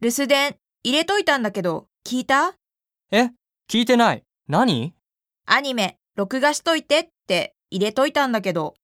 留守電入れといたんだけど、聞いたえ、聞いてない。何アニメ、録画しといてって入れといたんだけど、